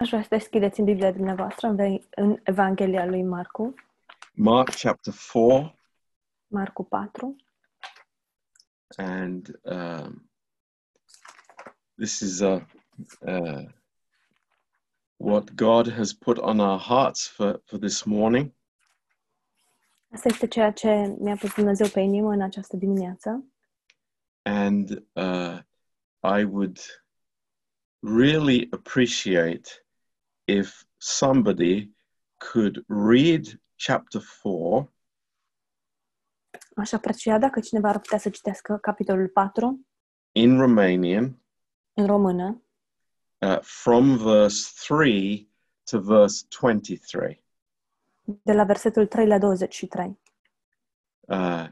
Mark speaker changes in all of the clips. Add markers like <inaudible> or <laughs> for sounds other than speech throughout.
Speaker 1: Aș vrea să deschideți în Biblia dumneavoastră, în Ve- în Evanghelia lui Marcu,
Speaker 2: Mark chapter 4
Speaker 1: Marcu 4.
Speaker 2: and um, this is uh, uh, what God has put on our hearts for, for this morning.
Speaker 1: Asta este ceea ce mi-a pus Dumnezeu pe inimă în această dimineață
Speaker 2: And uh, I would really appreciate if somebody could read chapter 4
Speaker 1: Aș aprecia dacă cineva ar putea să citească capitolul 4
Speaker 2: in Romanian
Speaker 1: în română,
Speaker 2: uh, from verse 3 to verse 23.
Speaker 1: de la versetul 3 la 23.
Speaker 2: Uh,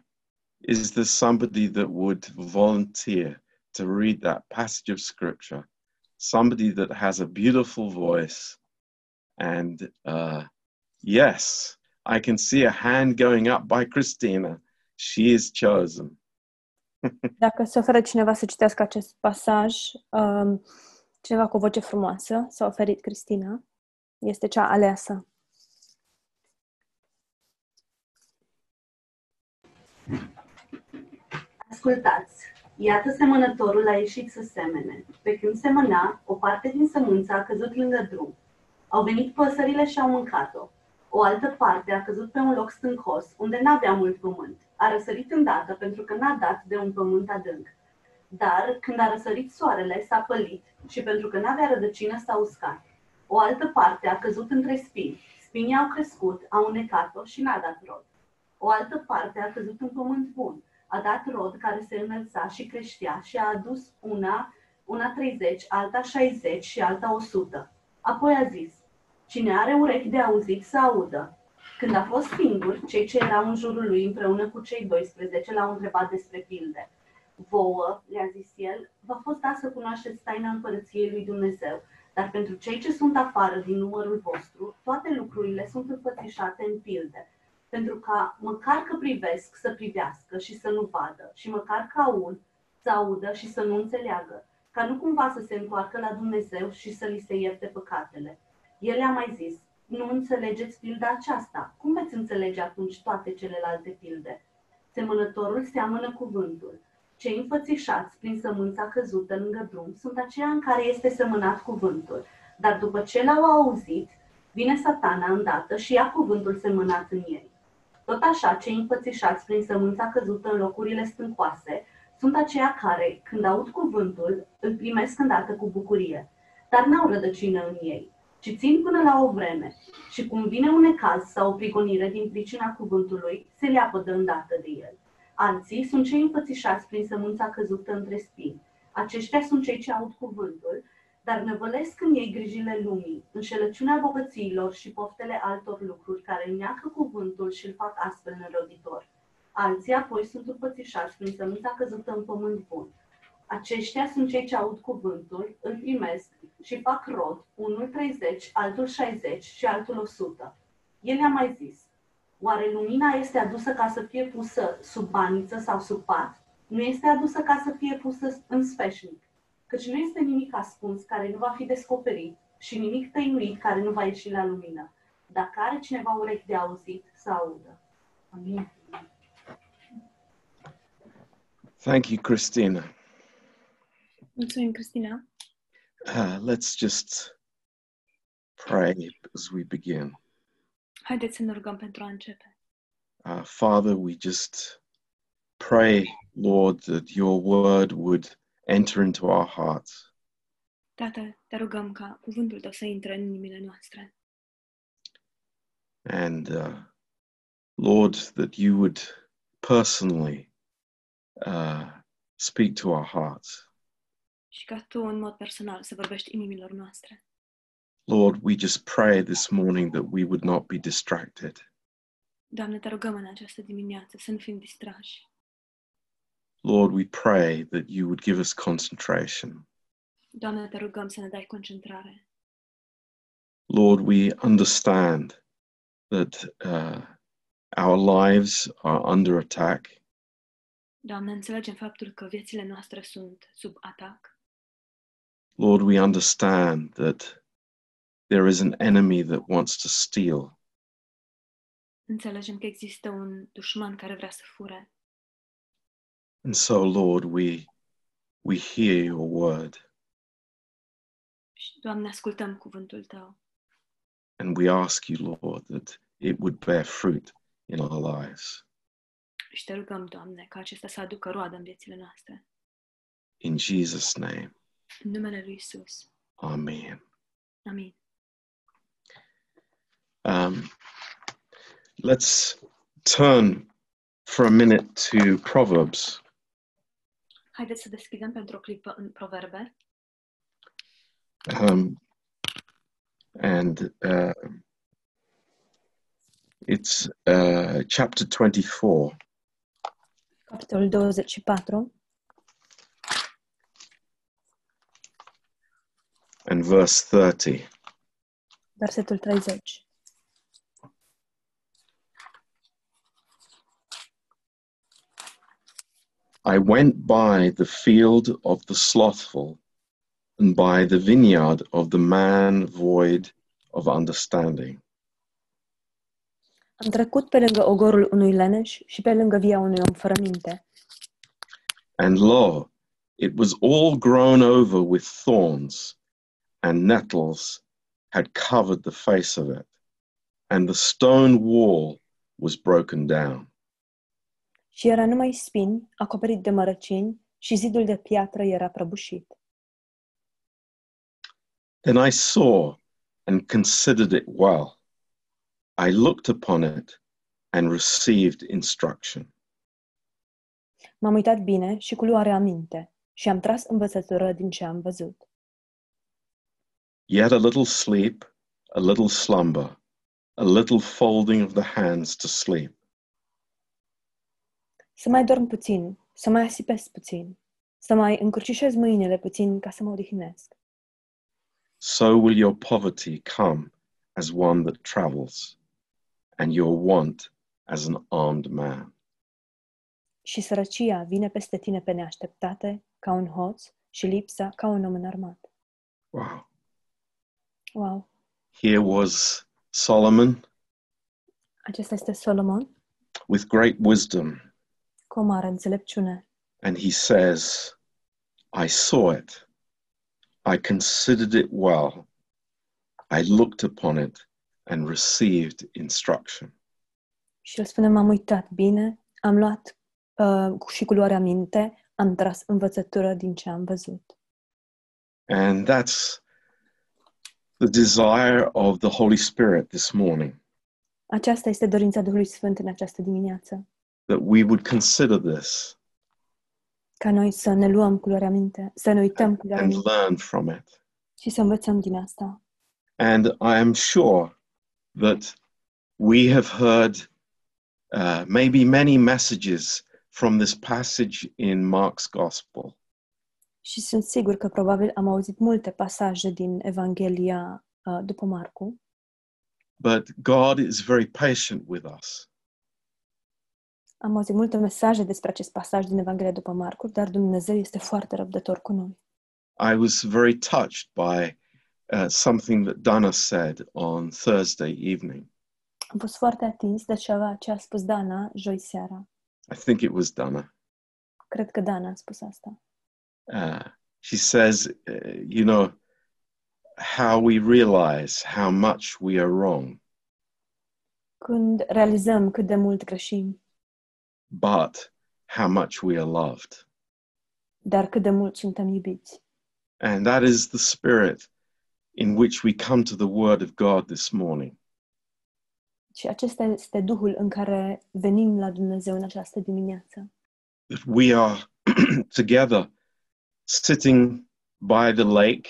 Speaker 2: is there somebody that would volunteer to read that passage of scripture? Somebody that has a beautiful voice. And uh, yes, I can see a hand going up by Christina. She is chosen.
Speaker 1: Dacă se oferă cineva să citească acest pasaj, um, cineva cu o voce frumoasă, s-a oferit Cristina, este cea aleasă.
Speaker 3: Ascultați! Iată semănătorul a ieșit să semene. Pe când semăna, o parte din sămânță a căzut lângă drum. Au venit păsările și au mâncat-o. O altă parte a căzut pe un loc stâncos, unde n-avea mult pământ. A răsărit îndată pentru că n-a dat de un pământ adânc. Dar, când a răsărit soarele, s-a pălit și pentru că n-avea rădăcină s-a uscat. O altă parte a căzut între spini. Spinii au crescut, au unecat-o și n-a dat rod. O altă parte a căzut în pământ bun. A dat rod care se înălța și creștea și a adus una, una 30, alta 60 și alta 100. Apoi a zis, cine are urechi de auzit să audă. Când a fost singur, cei ce erau în jurul lui împreună cu cei 12 l-au întrebat despre pilde. Vouă, le-a zis el, v-a fost dat să cunoașteți taina împărăției lui Dumnezeu, dar pentru cei ce sunt afară din numărul vostru, toate lucrurile sunt înfățișate în pilde, pentru ca măcar că privesc să privească și să nu vadă, și măcar că aud să audă și să nu înțeleagă, ca nu cumva să se întoarcă la Dumnezeu și să li se ierte păcatele. El le-a mai zis, nu înțelegeți pilda aceasta, cum veți înțelege atunci toate celelalte pilde? Semănătorul seamănă cuvântul. Cei înfățișați prin sămânța căzută lângă drum sunt aceia în care este semănat cuvântul, dar după ce l-au auzit, vine satana îndată și ia cuvântul semănat în ei. Tot așa, cei înfățișați prin sămânța căzută în locurile stâncoase sunt aceia care, când aud cuvântul, îl primesc îndată cu bucurie, dar n-au rădăcină în ei, ci țin până la o vreme și cum vine un necaz sau o prigonire din pricina cuvântului, se leapă de îndată de el. Alții sunt cei înfățișați prin sămânța căzută între spini. Aceștia sunt cei ce aud cuvântul, dar năvălesc în ei grijile lumii, înșelăciunea bogățiilor și poftele altor lucruri care neacă cuvântul și îl fac astfel neroditor. Alții apoi sunt înfățișați prin sămânța căzută în pământ bun. Aceștia sunt cei ce aud cuvântul, îl primesc și fac rod, unul 30, altul 60 și altul 100. El a mai zis, Oare lumina este adusă ca să fie pusă sub baniță sau sub pat? Nu este adusă ca să fie pusă în sfeșnic, căci nu este nimic ascuns care nu va fi descoperit și nimic tăinuit care nu va ieși la lumină. Dacă are cineva urechi de auzit, să audă. Amin.
Speaker 2: Thank you, Christina.
Speaker 1: Mulțumim, Cristina.
Speaker 2: Uh, let's just pray as we begin.
Speaker 1: Haideți să ne rugăm pentru a începe.
Speaker 2: Uh, Father, we just pray, Lord, that your word would enter into our hearts.
Speaker 1: Tată, te rugăm ca cuvântul tău să intre în inimile noastre.
Speaker 2: And uh, Lord, that you would personally uh, speak to our hearts.
Speaker 1: și ca tu, în mod personal, să vorbești inimilor noastre.
Speaker 2: Lord, we just pray this morning that we would not be distracted.
Speaker 1: Doamne, te rugăm în această dimineață să nu fim distrași.
Speaker 2: Lord, we pray that you would give us concentration.
Speaker 1: Doamne, te rugăm să ne dai concentrare.
Speaker 2: Lord, we understand that uh, our lives are under attack.
Speaker 1: Doamne, înțelegem faptul că viețile noastre sunt sub atac.
Speaker 2: Lord, we understand that there is an enemy that wants to steal.
Speaker 1: Înțelegem că există un dușman care vrea să fure.
Speaker 2: And so, Lord, we, we hear your word
Speaker 1: Și, Doamne, ascultăm cuvântul Tău
Speaker 2: and we ask you, Lord, that it would bear fruit in our lives.
Speaker 1: și Te rugăm, Doamne, ca acesta să aducă roadă în viețile noastre.
Speaker 2: In Jesus' name,
Speaker 1: În numele Lui Isus.
Speaker 2: Amen.
Speaker 1: Amin.
Speaker 2: Um, let's turn for a minute to Proverbs.
Speaker 1: Haideți să deschidem pentru o clipă în proverbe
Speaker 2: Um, and uh, it's uh, chapter 24.
Speaker 1: Capitolul 24
Speaker 2: and verse 30.
Speaker 1: Versetul 30.
Speaker 2: I went by the field of the slothful and by the vineyard of the man void of understanding.
Speaker 1: Am trecut pe lângă ogorul unui leneș și pe lângă via unui om fără minte.
Speaker 2: And lo, it was all grown over with thorns, and nettles had covered the face of it, and the stone wall was broken down.
Speaker 1: Și era numai spin, acoperit de mărăcini, și zidul de piatră era prăbușit.
Speaker 2: Then I saw and considered it well. I looked upon it and received instruction.
Speaker 1: M-am uitat bine și cu luare aminte și am tras învățătură din ce am văzut.
Speaker 2: Yet a little sleep, a little slumber, a little folding of the hands to sleep,
Speaker 1: Să mai dorm puțin, să mai asipesc puțin, să mai încrucișez mâinile puțin ca să mă odihnesc.
Speaker 2: so will your poverty come as one that travels, and your want as an armed man.
Speaker 1: Și sărăcia vine peste tine pe neașteptate, ca un hoț, și lipsa ca un om înarmat.
Speaker 2: Wow.
Speaker 1: Wow!
Speaker 2: Here was Solomon
Speaker 1: Acesta este Solomon
Speaker 2: with great wisdom,
Speaker 1: cu o mare înțelepciune.
Speaker 2: and he says, I saw it, I considered it well, I looked upon it and received instruction.
Speaker 1: Și el spune, m-am uitat bine, am luat uh, cu- și cu luare aminte, am tras învățătură din ce am văzut.
Speaker 2: And that's the desire of the Holy Spirit this morning
Speaker 1: Aceasta este dorința Duhului Sfânt în această dimineață,
Speaker 2: that we would consider this
Speaker 1: ca noi să ne luăm cu luare aminte, să ne uităm cu luare
Speaker 2: and
Speaker 1: aminte
Speaker 2: learn from it.
Speaker 1: și să învățăm din asta.
Speaker 2: And I am sure that we have heard uh, maybe many messages from this passage in Mark's Gospel
Speaker 1: Și sunt sigur că probabil am auzit multe pasaje din Evanghelia uh, după Marcu,
Speaker 2: but God is very patient with us.
Speaker 1: am auzit multe mesaje despre acest pasaj din Evanghelia după Marcu, dar Dumnezeu este foarte răbdător cu noi.
Speaker 2: I was very touched by uh, something that Donna said on Thursday evening.
Speaker 1: Am fost foarte atins de ceva ce a spus Dana joi seara.
Speaker 2: I think it was Donna.
Speaker 1: Cred că Dana a spus asta.
Speaker 2: uh, she says, uh, you know, how we realize how much we are wrong,
Speaker 1: Când realizăm cât de mult greșim,
Speaker 2: but how much we are loved.
Speaker 1: dar cât de mult suntem iubiți.
Speaker 2: And that is the spirit in which we come to the Word of God this morning.
Speaker 1: Și acesta este Duhul în care venim la Dumnezeu în această dimineață.
Speaker 2: That we are <clears throat> together sitting by the lake,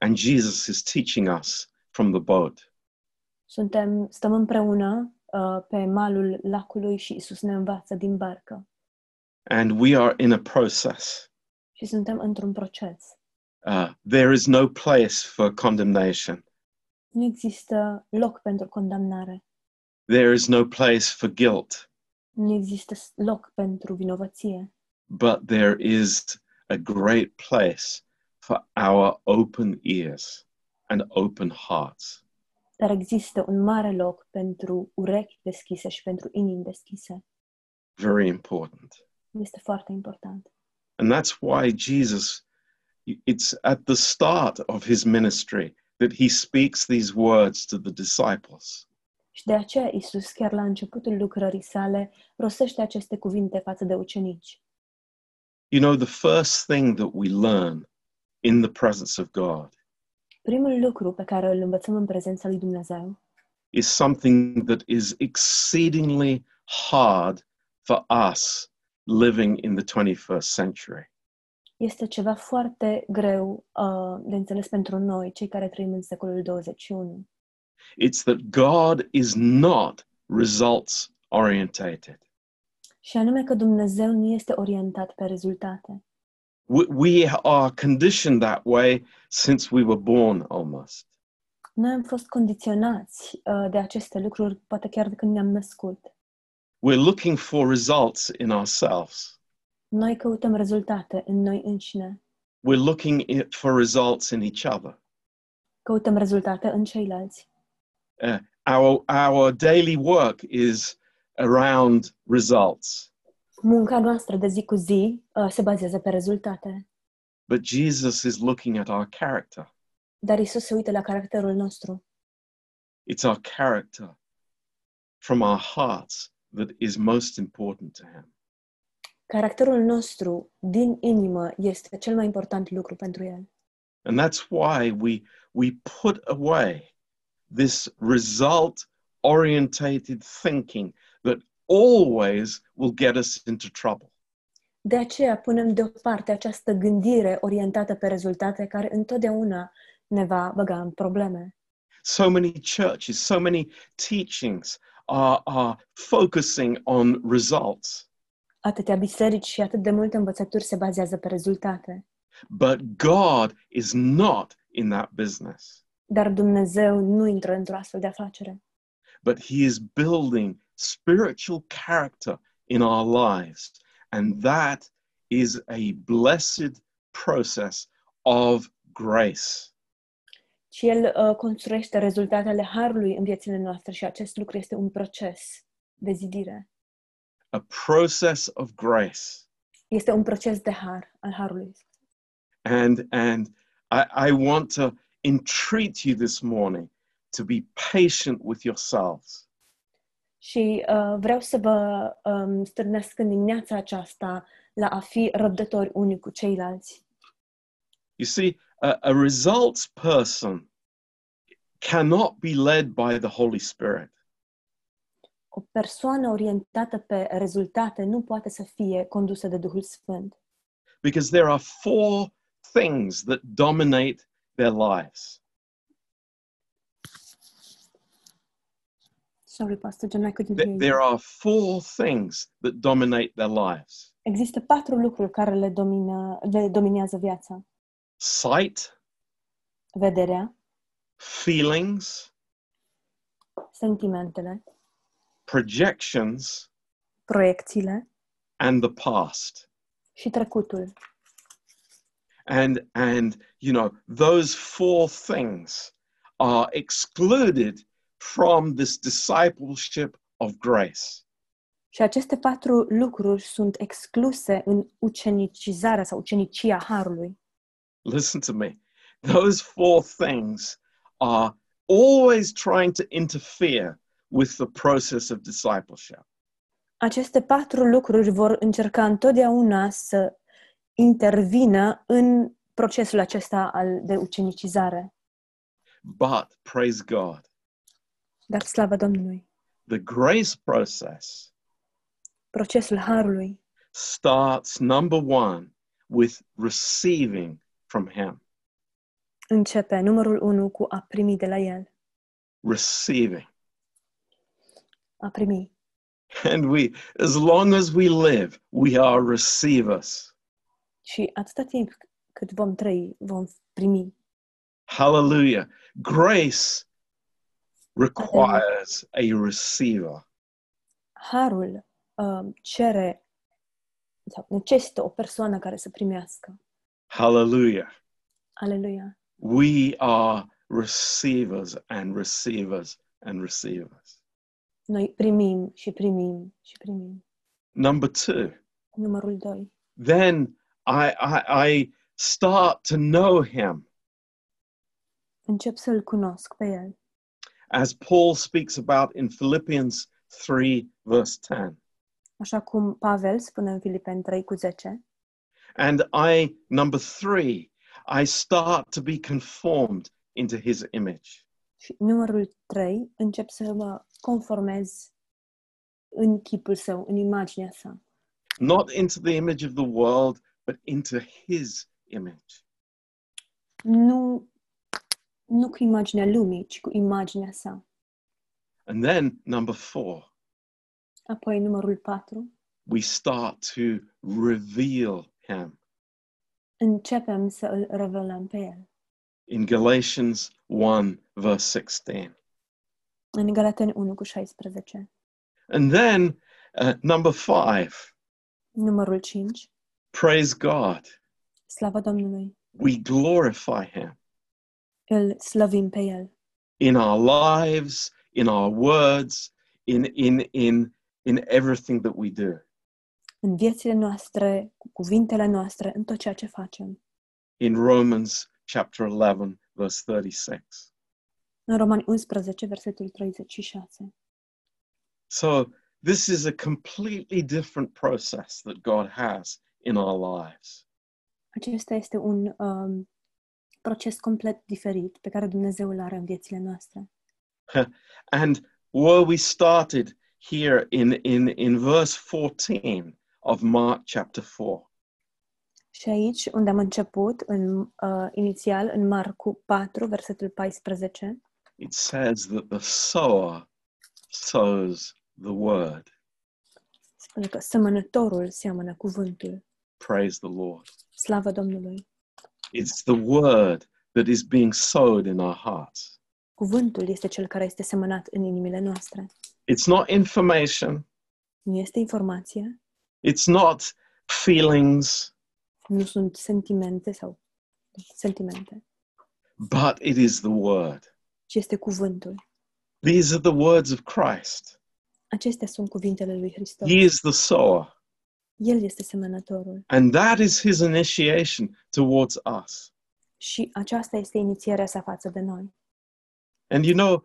Speaker 2: and Jesus is teaching us from the boat.
Speaker 1: Suntem, stăm împreună uh, pe malul lacului și Isus ne învață din barcă.
Speaker 2: And we are in a process.
Speaker 1: Și suntem într-un proces.
Speaker 2: Uh, there is no place for condemnation.
Speaker 1: Nu există loc pentru condamnare.
Speaker 2: There is no place for guilt,
Speaker 1: Nu există s- loc pentru vinovăție,
Speaker 2: but there is a great place for our open ears and open hearts.
Speaker 1: dar există un mare loc pentru urechi deschise și pentru inimi deschise.
Speaker 2: Very important.
Speaker 1: Este foarte important.
Speaker 2: And that's why Jesus, it's at the start of his ministry that he speaks these words to the disciples.
Speaker 1: Și de aceea Isus, chiar la începutul lucrării sale, rostește aceste cuvinte față de ucenici.
Speaker 2: You know, the first thing that we learn in the presence of God
Speaker 1: Primul lucru pe care îl învățăm în prezența lui Dumnezeu
Speaker 2: is something that is exceedingly hard for us living in the 21st century.
Speaker 1: este ceva foarte greu uh, de înțeles pentru noi, cei care trăim în secolul 21.
Speaker 2: It's that God is not results orientated.
Speaker 1: Și anume că Dumnezeu nu este orientat pe rezultate.
Speaker 2: We, we are conditioned that way since we were born almost.
Speaker 1: Noi am fost condiționați uh, de aceste lucruri, poate chiar de când ne-am născut.
Speaker 2: We're looking for results in ourselves.
Speaker 1: Noi căutăm rezultate în noi înșine,
Speaker 2: We're looking i- for results in each other.
Speaker 1: căutăm rezultate în ceilalți.
Speaker 2: Our, our daily work is around results.
Speaker 1: Munca noastră de zi cu zi uh, se bazează pe rezultate,
Speaker 2: But Jesus is looking at our character.
Speaker 1: dar Isus se uită la caracterul nostru.
Speaker 2: It's our character from our hearts that is most important to Him.
Speaker 1: Caracterul nostru din inimă este cel mai important lucru pentru El.
Speaker 2: And that's why we, we put away this result orientated thinking that always will get us into trouble.
Speaker 1: De aceea punem deoparte această gândire orientată pe rezultate care întotdeauna ne va băga în probleme.
Speaker 2: So many churches, so many teachings are, are focusing on results,
Speaker 1: Atâtea biserici și atât de multe învățături se bazează pe rezultate,
Speaker 2: but God is not in that business,
Speaker 1: dar Dumnezeu nu intră într-o astfel de afacere,
Speaker 2: but He is building spiritual character in our lives. And that is a blessed process of grace.
Speaker 1: ci El uh, construiește rezultatele harului în viețile noastre și acest lucru este un proces de zidire.
Speaker 2: a process of grace.
Speaker 1: Este un proces de har al harului.
Speaker 2: And and I, I want to entreat you this morning to be patient with yourselves.
Speaker 1: Și uh, vreau să vă um, stârnesc în dimineața aceasta la a fi răbdători unii cu ceilalți.
Speaker 2: You see, a, a results person cannot be led by the Holy Spirit.
Speaker 1: O persoană orientată pe rezultate nu poate să fie condusă de Duhul Sfânt,
Speaker 2: Because there are four things that dominate their lives.
Speaker 1: Sorry, Pastor John, I couldn't hear
Speaker 2: Th-
Speaker 1: you.
Speaker 2: There are four things that dominate their lives
Speaker 1: Există patru lucruri care le, domină, le dominează viața.
Speaker 2: sight,
Speaker 1: Vederea,
Speaker 2: feelings,
Speaker 1: sentimentele,
Speaker 2: projections,
Speaker 1: proiecțiile
Speaker 2: and the past.
Speaker 1: și trecutul.
Speaker 2: and and you know those four things are excluded from this discipleship of grace
Speaker 1: Și aceste patru lucruri sunt excluse în ucenicizarea sau ucenicia Harului.
Speaker 2: listen to me those four things are always trying to interfere with the process of discipleship
Speaker 1: Aceste patru lucruri vor încerca întotdeauna să intervină în procesul acesta al de ucenicizare.
Speaker 2: but praise god
Speaker 1: Dar slavă Domnului!
Speaker 2: the grace process
Speaker 1: procesul harului
Speaker 2: starts number 1 with receiving from him
Speaker 1: începe, numărul 1, cu a primi de la el.
Speaker 2: receiving
Speaker 1: A primi.
Speaker 2: And we, as long as we live, we are receivers.
Speaker 1: Și atâta timp cât vom trăi, vom primi.
Speaker 2: Hallelujah. Grace requires a receiver.
Speaker 1: Harul uh, cere sau necesită o persoană care să primească.
Speaker 2: Hallelujah.
Speaker 1: Aleluia!
Speaker 2: We are receive us and receive us and receive us.
Speaker 1: Noi primim și primim și primim.
Speaker 2: Number two,
Speaker 1: Numărul 2.
Speaker 2: then I, I, I start to know him.
Speaker 1: Încep să-L cunosc pe El.
Speaker 2: as Paul speaks about in Philippians 3, verse 10.
Speaker 1: Așa cum Pavel spune în Filipeni 3 cu 10.
Speaker 2: And I, number three, I start to be conformed into his image.
Speaker 1: Și numărul 3, încep să mă conformez în chipul său, în imaginea sa.
Speaker 2: Not into the image of the world, but into his image.
Speaker 1: Nu, nu cu imaginea lumii, ci cu imaginea sa.
Speaker 2: And then, number four,
Speaker 1: Apoi numărul 4,
Speaker 2: we start to reveal him.
Speaker 1: începem să îl revelăm pe el.
Speaker 2: In Galatians 1, verse 16.
Speaker 1: În Galateni 1 cu 16.
Speaker 2: And then, uh, number five,
Speaker 1: Numărul 5,
Speaker 2: praise God,
Speaker 1: slava Domnului,
Speaker 2: we glorify him.
Speaker 1: îl slăvim pe el.
Speaker 2: in our lives, in our words, in in in in everything that we do.
Speaker 1: În viețile noastre, cu cuvintele noastre, în tot ceea ce facem.
Speaker 2: In Romans chapter 11 verse 36.
Speaker 1: În Romani 11, versetul 36.
Speaker 2: So this is a completely different process that God has in our lives.
Speaker 1: Acesta este un um, proces complet diferit pe care Dumnezeu îl are în viețile noastre.
Speaker 2: And where we started here in in in verse 14 of Mark chapter 4.
Speaker 1: Și aici, unde am început, în, uh, inițial, în Marcu 4, versetul 14,
Speaker 2: It says that the sower sows the word.
Speaker 1: spune că sămănătorul seamănă cuvântul.
Speaker 2: Praise the Lord.
Speaker 1: Slavă Domnului!
Speaker 2: It's the word that is being sowed in our hearts.
Speaker 1: Cuvântul este cel care este semănat în inimile noastre.
Speaker 2: It's not information,
Speaker 1: Nu este informație,
Speaker 2: it's not feelings,
Speaker 1: nu sunt sentimente sau sentimente,
Speaker 2: but it is the word.
Speaker 1: ci este cuvântul.
Speaker 2: These are the words of Christ.
Speaker 1: Acestea sunt cuvintele lui Hristos.
Speaker 2: He is the sower,
Speaker 1: El este semănătorul
Speaker 2: and that is his initiation towards us.
Speaker 1: și aceasta este inițierea sa față de noi.
Speaker 2: And you know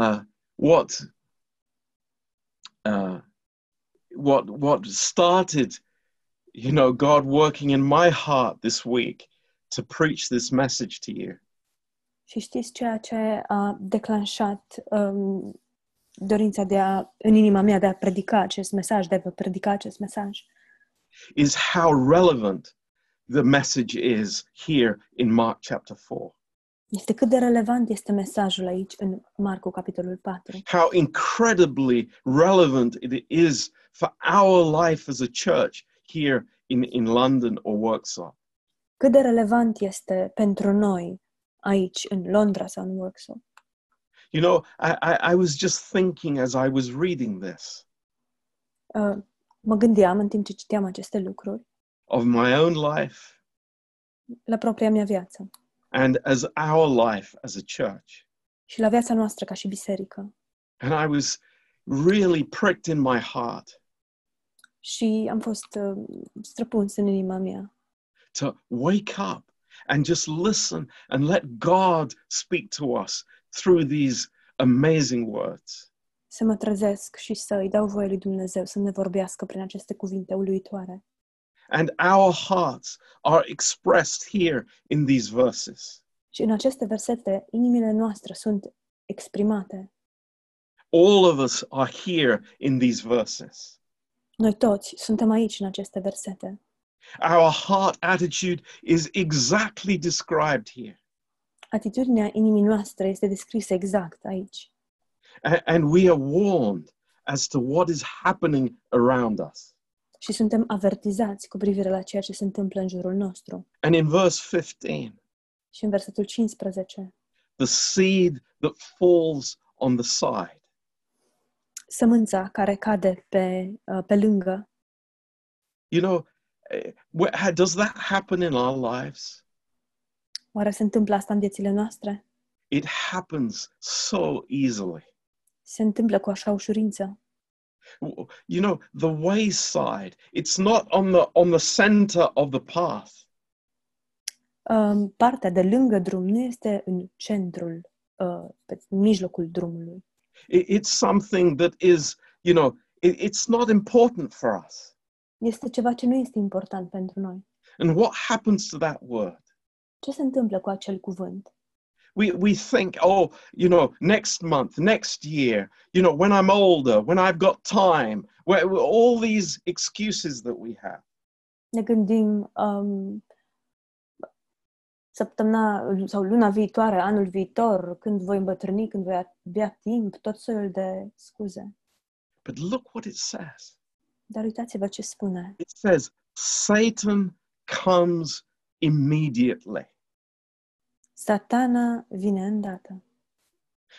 Speaker 2: uh, what? Uh, what what started, you know, God working in my heart this week to preach this message to you.
Speaker 1: Și știți ceea ce a declanșat um, dorința de a, în inima mea de a predica acest mesaj, de a vă predica acest mesaj?
Speaker 2: is how relevant the message is here in Mark chapter 4.
Speaker 1: Este cât de relevant este mesajul aici în Marcu, capitolul 4.
Speaker 2: How incredibly relevant it is for our life as a church here in, in London or Worksop.
Speaker 1: Cât de relevant este pentru noi aici, în Londra sau în workshop?
Speaker 2: You know, I, I, I was just thinking as I was reading this
Speaker 1: Uh, mă gândeam în timp ce citeam aceste lucruri
Speaker 2: of my own life
Speaker 1: la propria mea viață
Speaker 2: and as our life as a church.
Speaker 1: și la viața noastră ca și biserică.
Speaker 2: And I was really pricked in my heart
Speaker 1: Și am fost uh, străpuns în inima mea
Speaker 2: to wake up and just listen and let God speak to us through these amazing words.
Speaker 1: să mă trezesc și să îi dau voie lui Dumnezeu să ne vorbească prin aceste cuvinte uluitoare.
Speaker 2: And our hearts are expressed here in these verses.
Speaker 1: Și în aceste versete, inimile noastre sunt exprimate.
Speaker 2: All of us are here in these verses.
Speaker 1: Noi toți suntem aici în aceste versete.
Speaker 2: Our heart attitude is exactly described here.
Speaker 1: Atitudinea inimii noastre este descrisă exact aici.
Speaker 2: A- And we are warned as to what is happening around us.
Speaker 1: Și suntem avertizați cu privire la ceea ce se întâmplă în jurul nostru.
Speaker 2: And in verse 15,
Speaker 1: Și în versetul 15,
Speaker 2: the seed that falls on the side.
Speaker 1: sămânța care cade pe, uh, pe lângă.
Speaker 2: You know, eh, wh- ha- does that happen in our lives?
Speaker 1: Oare se întâmplă asta în viețile noastre?
Speaker 2: It happens so easily.
Speaker 1: Se întâmplă cu așa ușurință.
Speaker 2: W- You know, the wayside, it's not on the on the center of the path.
Speaker 1: Um, Partea de lângă drum nu este în centrul, uh, pe în mijlocul drumului.
Speaker 2: It- it's something that is, you know, it- it's not important for us.
Speaker 1: Este ceva ce nu este important pentru noi.
Speaker 2: And what happens to that word?
Speaker 1: Ce se întâmplă cu acel cuvânt?
Speaker 2: we we think oh you know next month next year you know when i'm older when i've got time where, where all these excuses that we have
Speaker 1: Ne gândim um, săptămâna sau luna viitoare, anul viitor, când voi îmbătrâni, când voi avea timp, tot soiul de scuze.
Speaker 2: but look what it says
Speaker 1: Dar uitați-vă ce spune.
Speaker 2: it says satan comes immediately
Speaker 1: Satana vine îndată.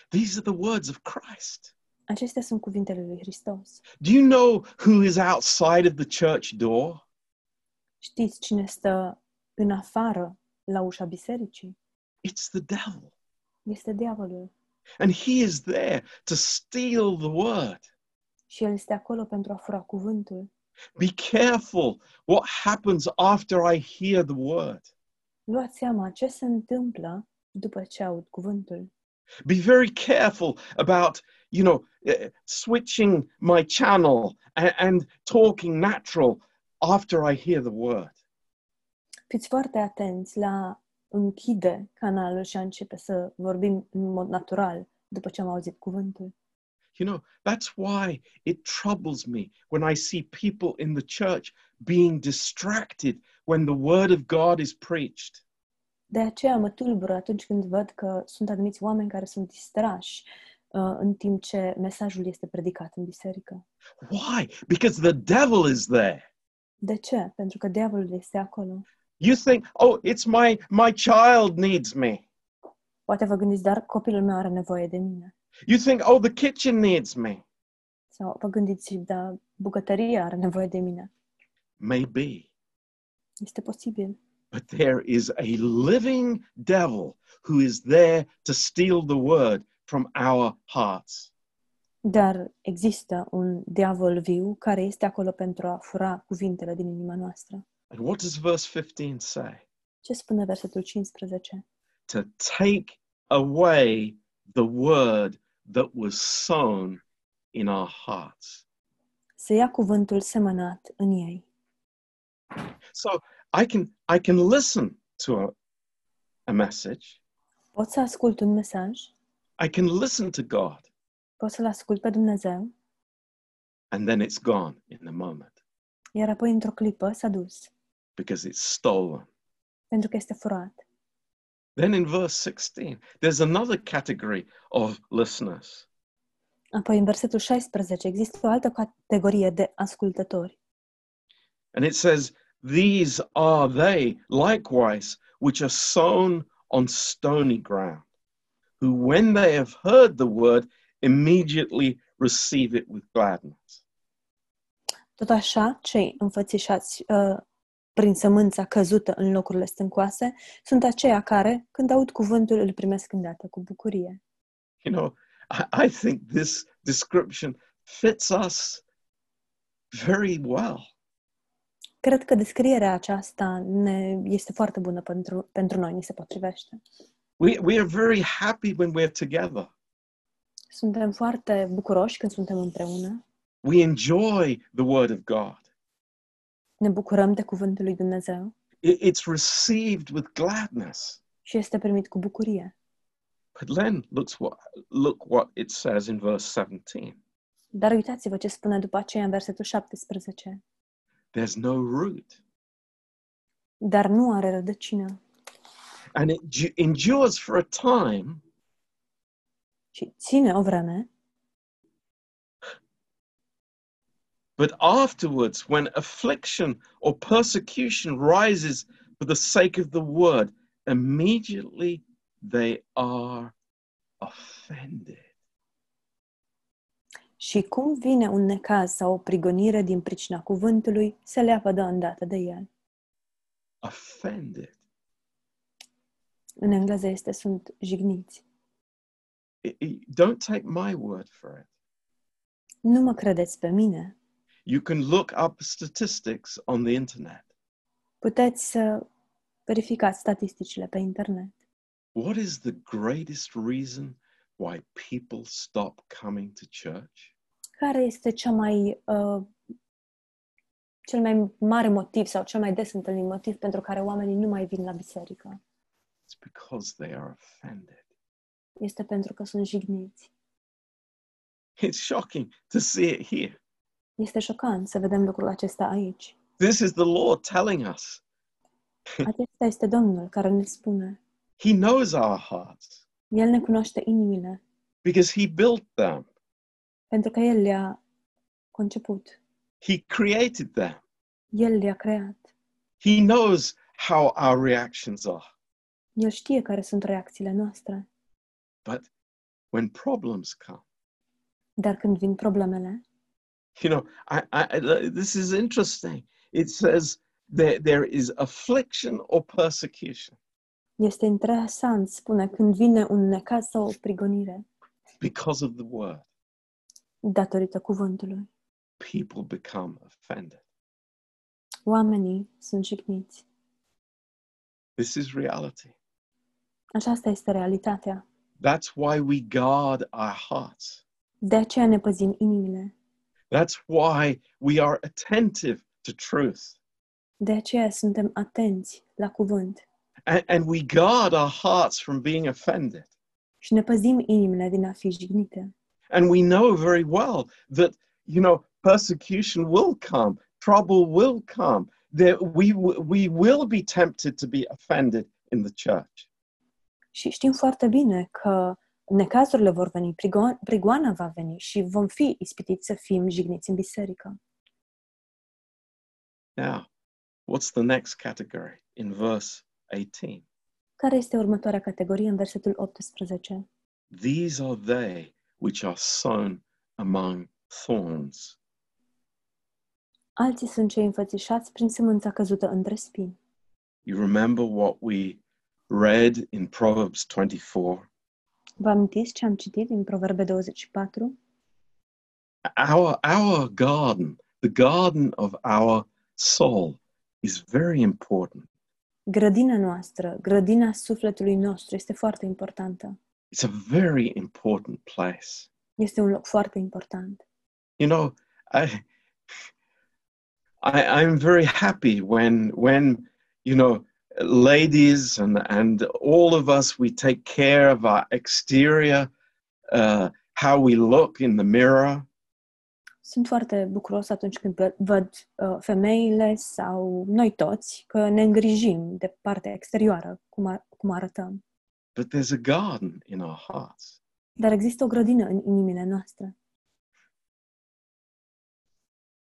Speaker 2: these are the words of christ
Speaker 1: Acestea sunt cuvintele lui Hristos.
Speaker 2: do you know who is outside of the church door
Speaker 1: Știți cine stă în afară la ușa bisericii?
Speaker 2: it's the devil
Speaker 1: Este diavolul.
Speaker 2: and he is there to steal the word
Speaker 1: Și el este acolo pentru a fura cuvântul.
Speaker 2: be careful what happens after i hear the word
Speaker 1: Luați seama ce se întâmplă după ce aud cuvântul.
Speaker 2: be very careful about you know eh, switching my channel and, and talking natural after i hear the word
Speaker 1: Fiți foarte atenți la închide canalul și a începe să vorbim în mod natural după ce am auzit cuvântul.
Speaker 2: you know that's why it troubles me when i see people in the church being distracted when the word of god is preached
Speaker 1: De aceea mă tulbură atunci când văd că sunt anumiți oameni care sunt distrași uh, în timp ce mesajul este predicat în biserică.
Speaker 2: why because the devil is there
Speaker 1: De ce? Pentru că diavolul este acolo.
Speaker 2: you think oh it's my my child needs me
Speaker 1: Poate vă gândiți, dar copilul meu are nevoie de mine.
Speaker 2: you think oh the kitchen needs me
Speaker 1: Sau vă gândiți, da, bucătăria are nevoie de mine.
Speaker 2: maybe
Speaker 1: Este posibil.
Speaker 2: But there is a living devil who is there to steal the word from our hearts.
Speaker 1: Dar există un diavol viu care este acolo pentru a fura cuvintele din inima noastră.
Speaker 2: And what does verse 15 say?
Speaker 1: Ce spune versetul 15?
Speaker 2: To take away the word that was sown in our hearts.
Speaker 1: Să ia cuvântul semănat în ei.
Speaker 2: So I can I can listen to a, a message.
Speaker 1: Pot să ascult un mesaj,
Speaker 2: I can listen to God
Speaker 1: pot să-l ascult pe Dumnezeu,
Speaker 2: and then it's gone in a moment
Speaker 1: iar apoi într-o clipă s-a dus,
Speaker 2: because it's stolen.
Speaker 1: pentru că este furat.
Speaker 2: Then in verse 16 there's another category of listeners.
Speaker 1: Apoi în versetul 16 există o altă categorie de ascultători.
Speaker 2: And it says, These are they likewise which are sown on stony ground, who when they have heard the word, immediately receive it with gladness.
Speaker 1: Tot așa, cei înfățișați uh, prin sămânța căzută în locurile stâncoase sunt aceia care, când aud cuvântul, îl primesc îndată cu bucurie.
Speaker 2: You know, I, I think this description fits us very well.
Speaker 1: Cred că descrierea aceasta ne este foarte bună pentru, pentru noi, ni se potrivește.
Speaker 2: We, we are very happy when we're together.
Speaker 1: Suntem foarte bucuroși când suntem împreună,
Speaker 2: We enjoy the word of God.
Speaker 1: ne bucurăm de cuvântul lui Dumnezeu
Speaker 2: It- it's received with gladness.
Speaker 1: și este primit cu bucurie.
Speaker 2: But then looks what, look what it says in verse 17.
Speaker 1: Dar uitați-vă ce spune după aceea în versetul 17.
Speaker 2: there's no root
Speaker 1: Dar nu are rădăcină
Speaker 2: and it ju- endures for a time
Speaker 1: și ține o vreme,
Speaker 2: but afterwards when affliction or persecution rises for the sake of the word immediately they are offended
Speaker 1: Și cum vine un necaz sau o prigonire din pricina cuvântului, se leapă de îndată de el.
Speaker 2: offended
Speaker 1: În engleză este sunt jigniți.
Speaker 2: it- it- don't take my word for it.
Speaker 1: Nu mă credeți pe mine.
Speaker 2: You can look up statistics on the internet.
Speaker 1: Puteți să verificați statisticile pe internet.
Speaker 2: What is the greatest reason why people stop coming to church?
Speaker 1: Care este cea mai, uh, cel mai mare motiv sau cel mai des întâlnit motiv pentru care oamenii nu mai vin la biserică?
Speaker 2: It's because they are offended. <laughs>
Speaker 1: Este pentru că sunt jigniți.
Speaker 2: It's shocking to see it here.
Speaker 1: Este șocant să vedem lucrul acesta aici.
Speaker 2: This is the Lord telling us.
Speaker 1: Acesta este Domnul care ne spune.
Speaker 2: He knows our hearts
Speaker 1: El ne cunoaște inimile
Speaker 2: because He built them,
Speaker 1: pentru că El le-a conceput.
Speaker 2: He created them.
Speaker 1: El le-a creat.
Speaker 2: He knows how our reactions are.
Speaker 1: El știe care sunt reacțiile noastre.
Speaker 2: But when problems come,
Speaker 1: Dar când vin problemele,
Speaker 2: you know, I, I, I- this is interesting. It says there, there is affliction or persecution
Speaker 1: este interesant, spune, când vine un necaz sau o prigonire
Speaker 2: because of the word.
Speaker 1: datorită cuvântului.
Speaker 2: People become offended.
Speaker 1: Oamenii sunt jigniți.
Speaker 2: This is reality.
Speaker 1: Aceasta este realitatea.
Speaker 2: That's why we guard our hearts.
Speaker 1: De aceea ne păzim inimile.
Speaker 2: That's why we are attentive to truth.
Speaker 1: De aceea suntem atenți la cuvânt
Speaker 2: And, and we guard our hearts from being offended.
Speaker 1: și ne păzim inimile din a fi jignite.
Speaker 2: And we know very well that, you know, persecution will come, trouble will come, that we, w- we will be tempted to be offended in the church.
Speaker 1: Și știm foarte bine că necazurile vor veni, prigo- prigoana va veni și vom fi ispitiți să fim jigniți în biserică.
Speaker 2: Now, what's the next category in verse 18?
Speaker 1: Care este următoarea categorie în versetul 18?
Speaker 2: These are they which are sown among thorns.
Speaker 1: Alții sunt cei înfățișați prin sămânța căzută între spini.
Speaker 2: You remember what we read in Proverbs 24?
Speaker 1: Vă amintiți ce am citit din Proverbe 24?
Speaker 2: Our, our garden, the garden of our soul, is very important.
Speaker 1: Grădina noastră, grădina sufletului nostru este foarte importantă.
Speaker 2: It's a very important place.
Speaker 1: Este un loc foarte important.
Speaker 2: You know, I, I I'm very happy when when you know ladies and and all of us we take care of our exterior, uh, how we look in the mirror.
Speaker 1: Sunt foarte bucuros atunci când vă- văd uh, femeile sau noi toți că ne îngrijim de partea exterioară, cum, ar, cum arătăm.
Speaker 2: But there's a garden in our hearts.
Speaker 1: Dar există o grădină în inimile noastre.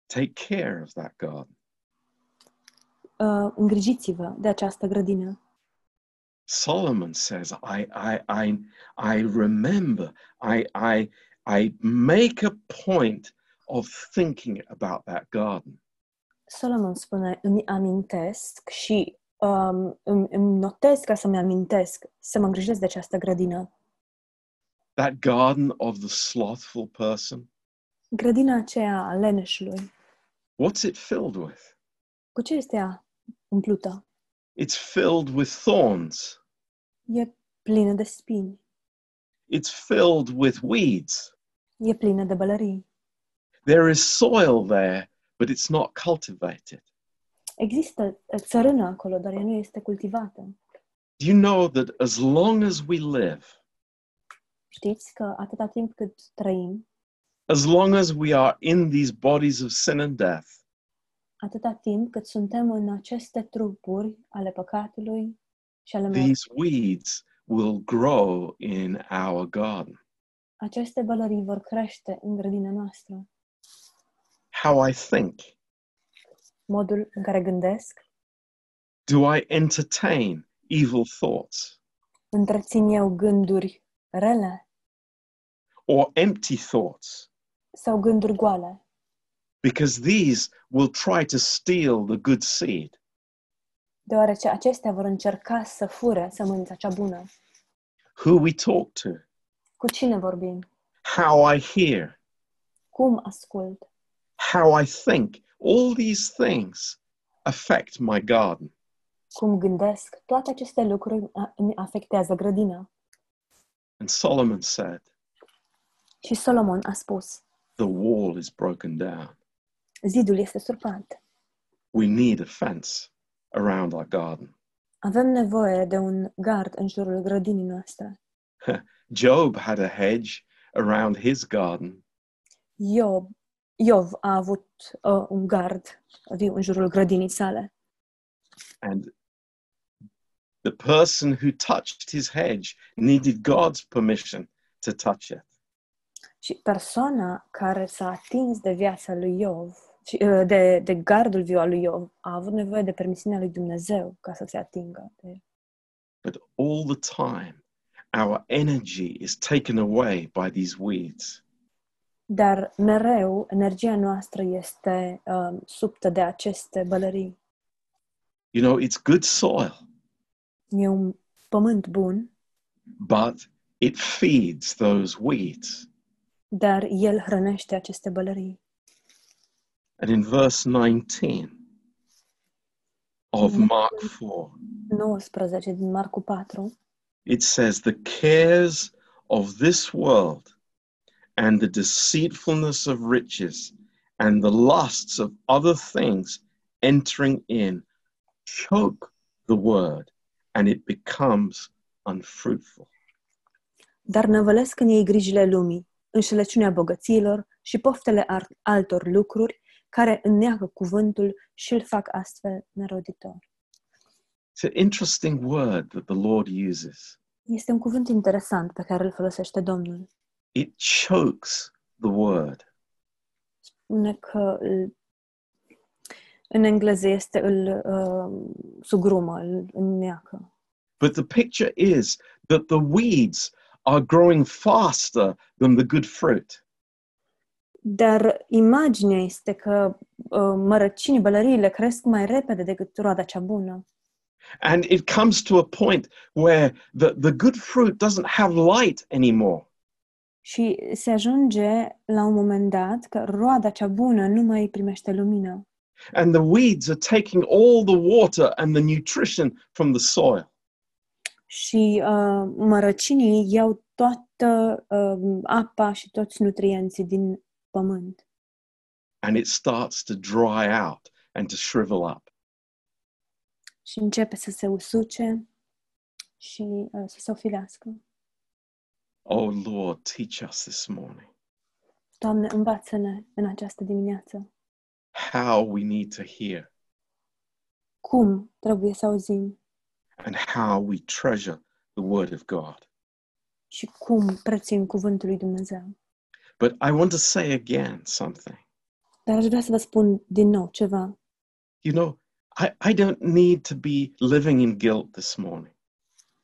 Speaker 2: Take care of that garden.
Speaker 1: Uh, îngrijiți-vă de această grădină.
Speaker 2: Solomon says, I, I, I, I remember, I, I, I make a point of thinking about that garden.
Speaker 1: Solomon spune, îmi amintesc și um, îmi, îmi notez ca să-mi amintesc să mă îngrijesc de această grădină.
Speaker 2: That garden of the slothful person.
Speaker 1: Grădina aceea a leneșului,
Speaker 2: What's it filled with?
Speaker 1: cu ce este ea umplută?
Speaker 2: It's filled with thorns.
Speaker 1: E plină de spini,
Speaker 2: It's filled with weeds.
Speaker 1: e plină de bălării.
Speaker 2: There is soil there, but it's not cultivated.
Speaker 1: Există uh, țărână acolo, dar ea nu este cultivată.
Speaker 2: Do you know that as long as we live,
Speaker 1: Știți că atâta timp cât trăim,
Speaker 2: as long as we are in these bodies of sin and death,
Speaker 1: atâta timp cât suntem în aceste trupuri ale păcatului și ale morții,
Speaker 2: these weeds will grow in our garden.
Speaker 1: aceste bălării vor crește în grădina noastră.
Speaker 2: How I think.
Speaker 1: Modul în care gândesc,
Speaker 2: Do I entertain evil thoughts
Speaker 1: întrețin eu gânduri rele
Speaker 2: or empty thoughts?
Speaker 1: sau gânduri goale,
Speaker 2: Because these will try to steal the good seed.
Speaker 1: deoarece acestea vor încerca să fure sămânța cea bună.
Speaker 2: Who we talk to,
Speaker 1: Cu cine vorbim?
Speaker 2: how I hear,
Speaker 1: Cum ascult?
Speaker 2: how I think. All these things affect my garden.
Speaker 1: Cum gândesc? Toate aceste lucruri a- îmi afectează grădina.
Speaker 2: And Solomon said,
Speaker 1: Și Solomon a spus,
Speaker 2: The wall is broken down.
Speaker 1: zidul este surpat.
Speaker 2: We need a fence around our garden.
Speaker 1: Avem nevoie de un gard în jurul grădinii noastre.
Speaker 2: Job had a hedge around his garden,
Speaker 1: Iob, Iov a avut uh, un gard viu în jurul grădinii sale.
Speaker 2: and the person who touched his hedge needed God's permission to touch it.
Speaker 1: Și persoana care s-a atins de viața lui Iov, și, uh, de, de gardul viu al lui Iov, a avut nevoie de permisiunea lui Dumnezeu ca să se atingă de el.
Speaker 2: But all the time, our energy is taken away by these weeds.
Speaker 1: Dar mereu energia noastră este uh, suptă de aceste bălării.
Speaker 2: You know, it's good soil,
Speaker 1: E un pământ bun,
Speaker 2: but it feeds those weeds.
Speaker 1: dar el hrănește aceste bălării.
Speaker 2: And in verse 19 of Mark 4,
Speaker 1: 19 din Marcu 4
Speaker 2: it says, The cares of this world and the deceitfulness of riches and the lusts of other things entering in choke the word and it becomes unfruitful.
Speaker 1: Dar năvălesc în ei grijile lumii, înșelăciunea bogăților și poftele ar- altor lucruri care înneagă cuvântul și îl fac astfel neroditor.
Speaker 2: It's an interesting word that the Lord uses.
Speaker 1: Este un cuvânt interesant pe care îl folosește Domnul.
Speaker 2: It chokes the word.
Speaker 1: Spune că îl, în engleză este îl uh, sugrumă, îl înneacă.
Speaker 2: But the picture is that the weeds are growing faster than the good fruit.
Speaker 1: Dar imaginea este că uh, mărăcinii, bălăriile cresc mai repede decât roada cea bună.
Speaker 2: And it comes to a point where the, the good fruit doesn't have light anymore.
Speaker 1: Și se ajunge la un moment dat că roada cea bună nu mai primește lumină
Speaker 2: And the weeds are taking all the water and the nutrition from the soil.
Speaker 1: și uh, mărăcinii iau toată uh, apa și toți nutrienții din pământ
Speaker 2: And it starts to dry out and to shrivel up.
Speaker 1: și începe să se usuce și uh, să se ofilească.
Speaker 2: Oh Lord, teach us this morning
Speaker 1: Doamne, învață-ne în această dimineață
Speaker 2: how we need to hear
Speaker 1: cum trebuie să auzim
Speaker 2: and how we treasure the Word of God.
Speaker 1: și cum prețuim cuvântul lui Dumnezeu.
Speaker 2: But I want to say again something.
Speaker 1: Dar aș vrea să vă spun din nou ceva.
Speaker 2: you know, I, I don't need to be living in guilt this morning.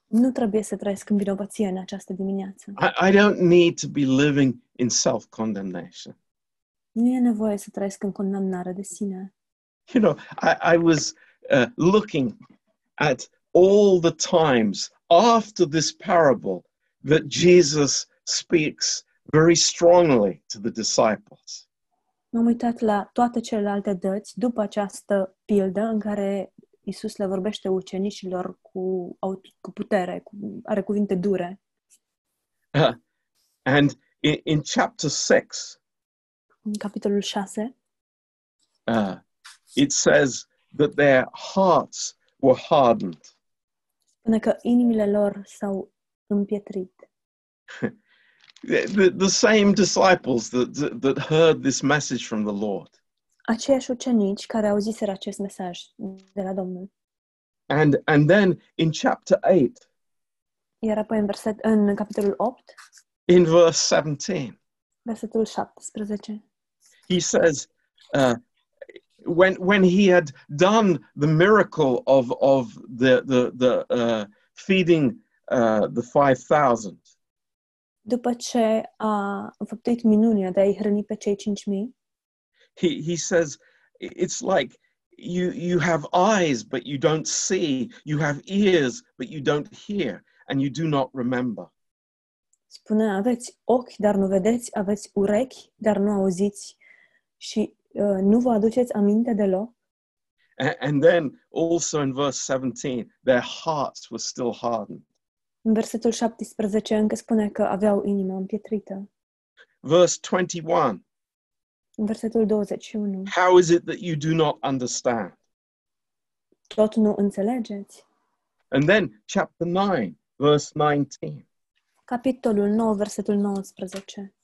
Speaker 1: Nu trebuie să trăiesc în vinovăție în această dimineață.
Speaker 2: I, I don't need to be living in self condemnation.
Speaker 1: Nu e nevoie să trăiesc în condamnare de sine.
Speaker 2: You know, I, I was uh, looking at all the times after this parable that Jesus speaks very strongly to the disciples.
Speaker 1: M-am uitat la toate celelalte dăți după această pildă în care Isus le vorbește ucenicilor cu, aut- cu putere, cu, are cuvinte dure.
Speaker 2: And in, in chapter 6,
Speaker 1: În capitolul 6
Speaker 2: uh, it says that their hearts were hardened.
Speaker 1: spune că inimile lor s-au împietrit.
Speaker 2: the, the- the same disciples that, that, that heard this message from the Lord.
Speaker 1: Aceiași ucenici care auziseră acest mesaj de la Domnul.
Speaker 2: And, and then in chapter 8,
Speaker 1: Iar apoi în, verset, în capitolul 8,
Speaker 2: in verse 17,
Speaker 1: versetul 17,
Speaker 2: he says, uh, when, when he had done the miracle of, of the, the, the uh, feeding uh, the 5,000,
Speaker 1: după ce a făptuit minunea de a-i hrăni pe cei 5.000,
Speaker 2: he, he says, it's like you, you have eyes, but you don't see, you have ears, but you don't hear, and you do not remember.
Speaker 1: Spune, aveți ochi, dar nu vedeți, aveți urechi, dar nu auziți și uh, nu vă aduceți aminte deloc.
Speaker 2: A- And then also in verse 17, their hearts were still hardened.
Speaker 1: În versetul 17 încă spune că aveau inima împietrită.
Speaker 2: Verse 21,
Speaker 1: În versetul 21,
Speaker 2: how is it that you do not understand?
Speaker 1: tot nu înțelegeți.
Speaker 2: And then chapter 9, verse 19,
Speaker 1: Capitolul 9, versetul 19.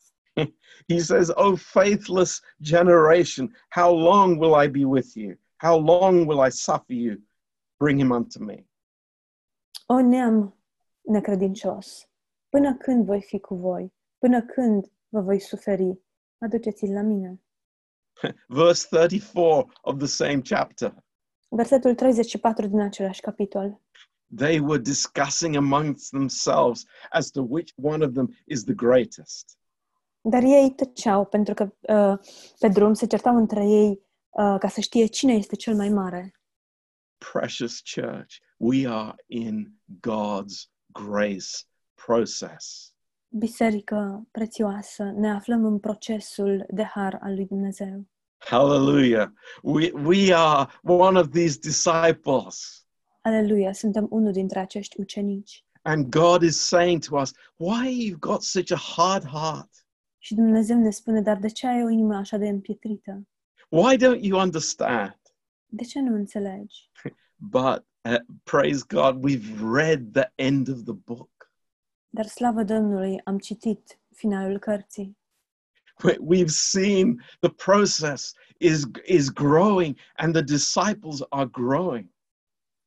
Speaker 2: he says, O faithless generation, how long will I be with you? How long will I suffer you? Bring him unto me.
Speaker 1: O neam necredincios, până când voi fi cu voi? Până când vă voi suferi? Aduceți-l la mine.
Speaker 2: Verse 34 of the same chapter.
Speaker 1: Versetul 34 din același capitol.
Speaker 2: They were discussing amongst themselves as to which one of them is the greatest.
Speaker 1: Dar ei tăceau pentru că uh, pe drum se certau între ei uh, ca să știe cine este cel mai mare.
Speaker 2: Precious church, we are in God's grace process.
Speaker 1: Biserică prețioasă, ne aflăm în procesul de har al lui Dumnezeu.
Speaker 2: Hallelujah. We, we are one of these disciples.
Speaker 1: Aleluia, suntem unul dintre acești ucenici.
Speaker 2: And God is saying to us, Why you've got such a hard heart?
Speaker 1: Și Dumnezeu ne spune, dar de ce ai o inimă așa de împietrită?
Speaker 2: Why don't you understand?
Speaker 1: De ce nu înțelegi?
Speaker 2: But uh, praise God, we've read the end of the book.
Speaker 1: Dar slavă Domnului, am citit finalul cărții.
Speaker 2: We- We've seen the process is, is growing and the disciples are growing.